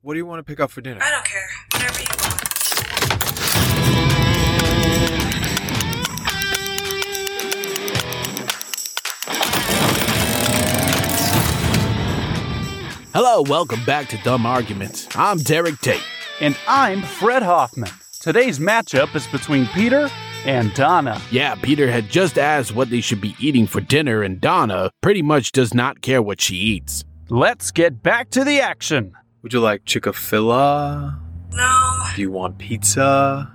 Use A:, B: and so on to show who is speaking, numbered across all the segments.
A: What do you want to pick up for dinner?
B: I don't care. Whatever you want.
C: Hello, welcome back to Dumb Arguments. I'm Derek Tate.
D: And I'm Fred Hoffman. Today's matchup is between Peter and Donna.
C: Yeah, Peter had just asked what they should be eating for dinner, and Donna pretty much does not care what she eats.
D: Let's get back to the action.
A: Would you like Chick-fil-A?
B: No.
A: Do you want pizza?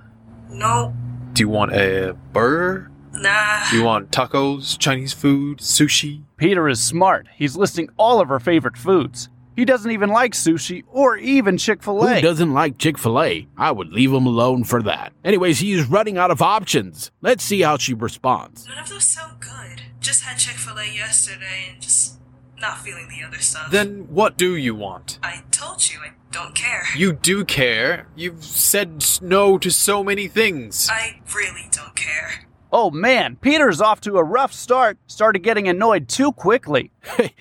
B: Nope.
A: Do you want a burger?
B: Nah.
A: Do you want tacos, Chinese food, sushi?
D: Peter is smart. He's listing all of her favorite foods. He doesn't even like sushi or even Chick fil
C: Who
D: A.
C: doesn't like Chick fil A? I would leave him alone for that. Anyways, he is running out of options. Let's see how she responds.
B: None of those sound good. Just had Chick fil A yesterday and just not feeling the other stuff.
A: Then what do you want?
B: I told you I don't care.
A: You do care. You've said s- no to so many things.
B: I really don't care.
D: Oh man, Peter's off to a rough start. Started getting annoyed too quickly.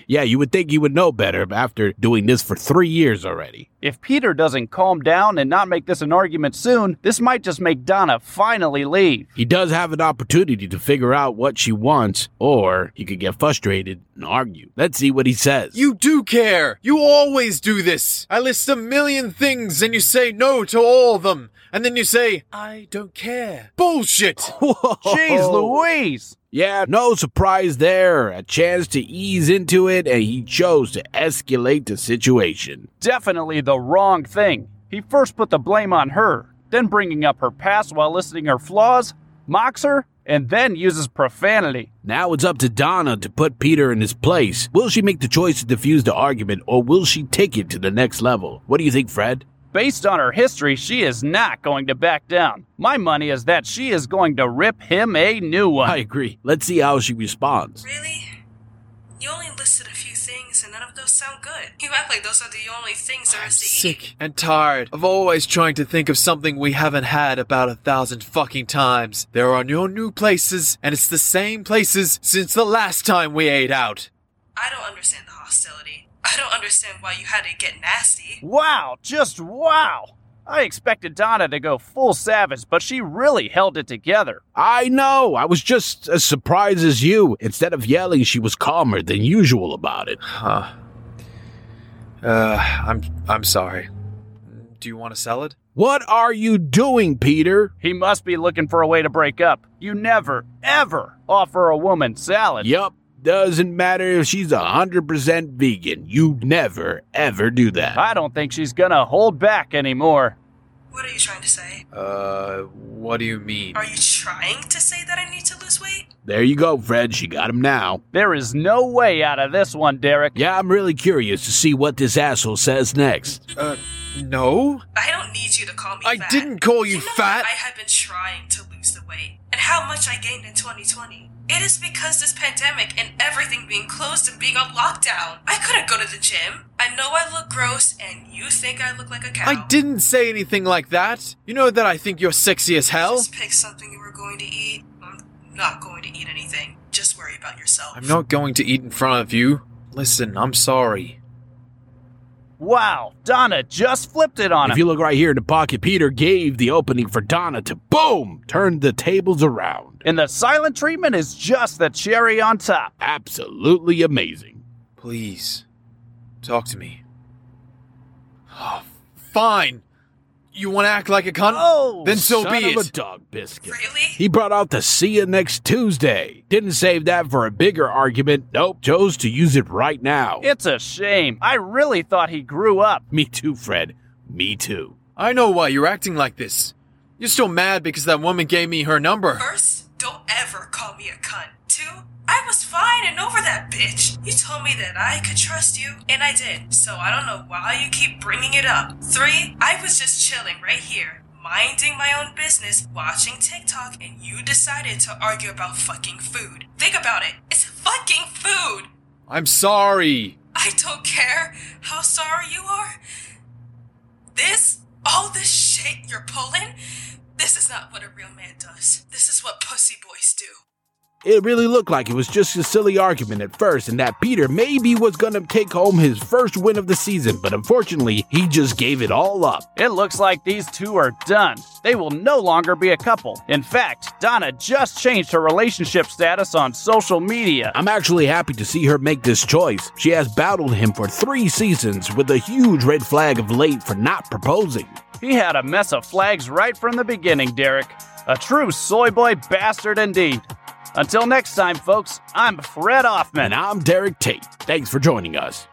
C: yeah, you would think he would know better after doing this for three years already.
D: If Peter doesn't calm down and not make this an argument soon, this might just make Donna finally leave.
C: He does have an opportunity to figure out what she wants, or he could get frustrated and argue. Let's see what he says.
A: You do care. You always do this. I list a million things and you say no to all of them. And then you say, I don't care. Bullshit!
D: Jeez
C: Oh.
D: Louise!
C: Yeah, no surprise there. A chance to ease into it, and he chose to escalate the situation.
D: definitely the wrong thing. He first put the blame on her, then bringing up her past while listing her flaws, mocks her, and then uses profanity.
C: Now it's up to Donna to put Peter in his place. Will she make the choice to diffuse the argument, or will she take it to the next level? What do you think, Fred?
D: Based on her history, she is not going to back down. My money is that she is going to rip him a new one.
C: I agree. Let's see how she responds.
B: Really? You only listed a few things and none of those sound good. You act like those are the only things there
A: I'm
B: is to eat.
A: sick and tired of always trying to think of something we haven't had about a thousand fucking times. There are no new places, and it's the same places since the last time we ate out.
B: I don't understand the hostility. I don't understand why you had to get nasty.
D: Wow, just wow. I expected Donna to go full savage, but she really held it together.
C: I know. I was just as surprised as you. Instead of yelling, she was calmer than usual about it.
A: Huh. Uh, I'm I'm sorry. Do you want a salad?
C: What are you doing, Peter?
D: He must be looking for a way to break up. You never, ever offer a woman salad.
C: Yup. Doesn't matter if she's a 100% vegan. You never, ever do that.
D: I don't think she's gonna hold back anymore.
B: What are you trying to say?
A: Uh, what do you mean?
B: Are you trying to say that I need to lose weight?
C: There you go, Fred. She got him now.
D: There is no way out of this one, Derek.
C: Yeah, I'm really curious to see what this asshole says next.
A: Uh, no.
B: I don't need you to call me
A: I
B: fat.
A: didn't call you
B: know
A: fat.
B: that I have been trying to lose the weight and how much I gained in 2020. It is because this pandemic and everything being closed and being on lockdown. I couldn't go to the gym. I know I look gross and you think I look like a cow.
A: I didn't say anything like that. You know that I think you're sexy as hell.
B: Just pick something you were going to eat. I'm not going to eat anything. Just worry about yourself.
A: I'm not going to eat in front of you. Listen, I'm sorry.
D: Wow, Donna just flipped it on
C: If
D: him.
C: you look right here in the pocket, Peter gave the opening for Donna to boom, turn the tables around.
D: and the silent treatment is just the cherry on top.
C: Absolutely amazing.
A: Please, talk to me. Oh, fine. You want to act like a cunt?
D: Oh,
A: then so
C: Son
A: be
C: of a
A: it.
C: dog biscuit.
B: Really?
C: He brought out the see you next Tuesday. Didn't save that for a bigger argument. Nope, chose to use it right now.
D: It's a shame. I really thought he grew up.
C: Me too, Fred. Me too.
A: I know why you're acting like this. You're still mad because that woman gave me her number.
B: First, don't ever call me a cunt. Two, I was fine and over that bitch. You told me that I could trust you, and I did. So I don't know why you keep bringing it up. Three, I was just chilling right here, minding my own business, watching TikTok, and you decided to argue about fucking food. Think about it. It's fucking food.
A: I'm sorry.
B: I don't care how sorry you are. This, all this shit you're pulling, this is not what a real man does. This is what pussy boys do.
C: It really looked like it was just a silly argument at first, and that Peter maybe was gonna take home his first win of the season, but unfortunately, he just gave it all up.
D: It looks like these two are done. They will no longer be a couple. In fact, Donna just changed her relationship status on social media.
C: I'm actually happy to see her make this choice. She has battled him for three seasons with a huge red flag of late for not proposing.
D: He had a mess of flags right from the beginning, Derek. A true soy boy bastard indeed. Until next time, folks, I'm Fred Hoffman.
C: And I'm Derek Tate. Thanks for joining us.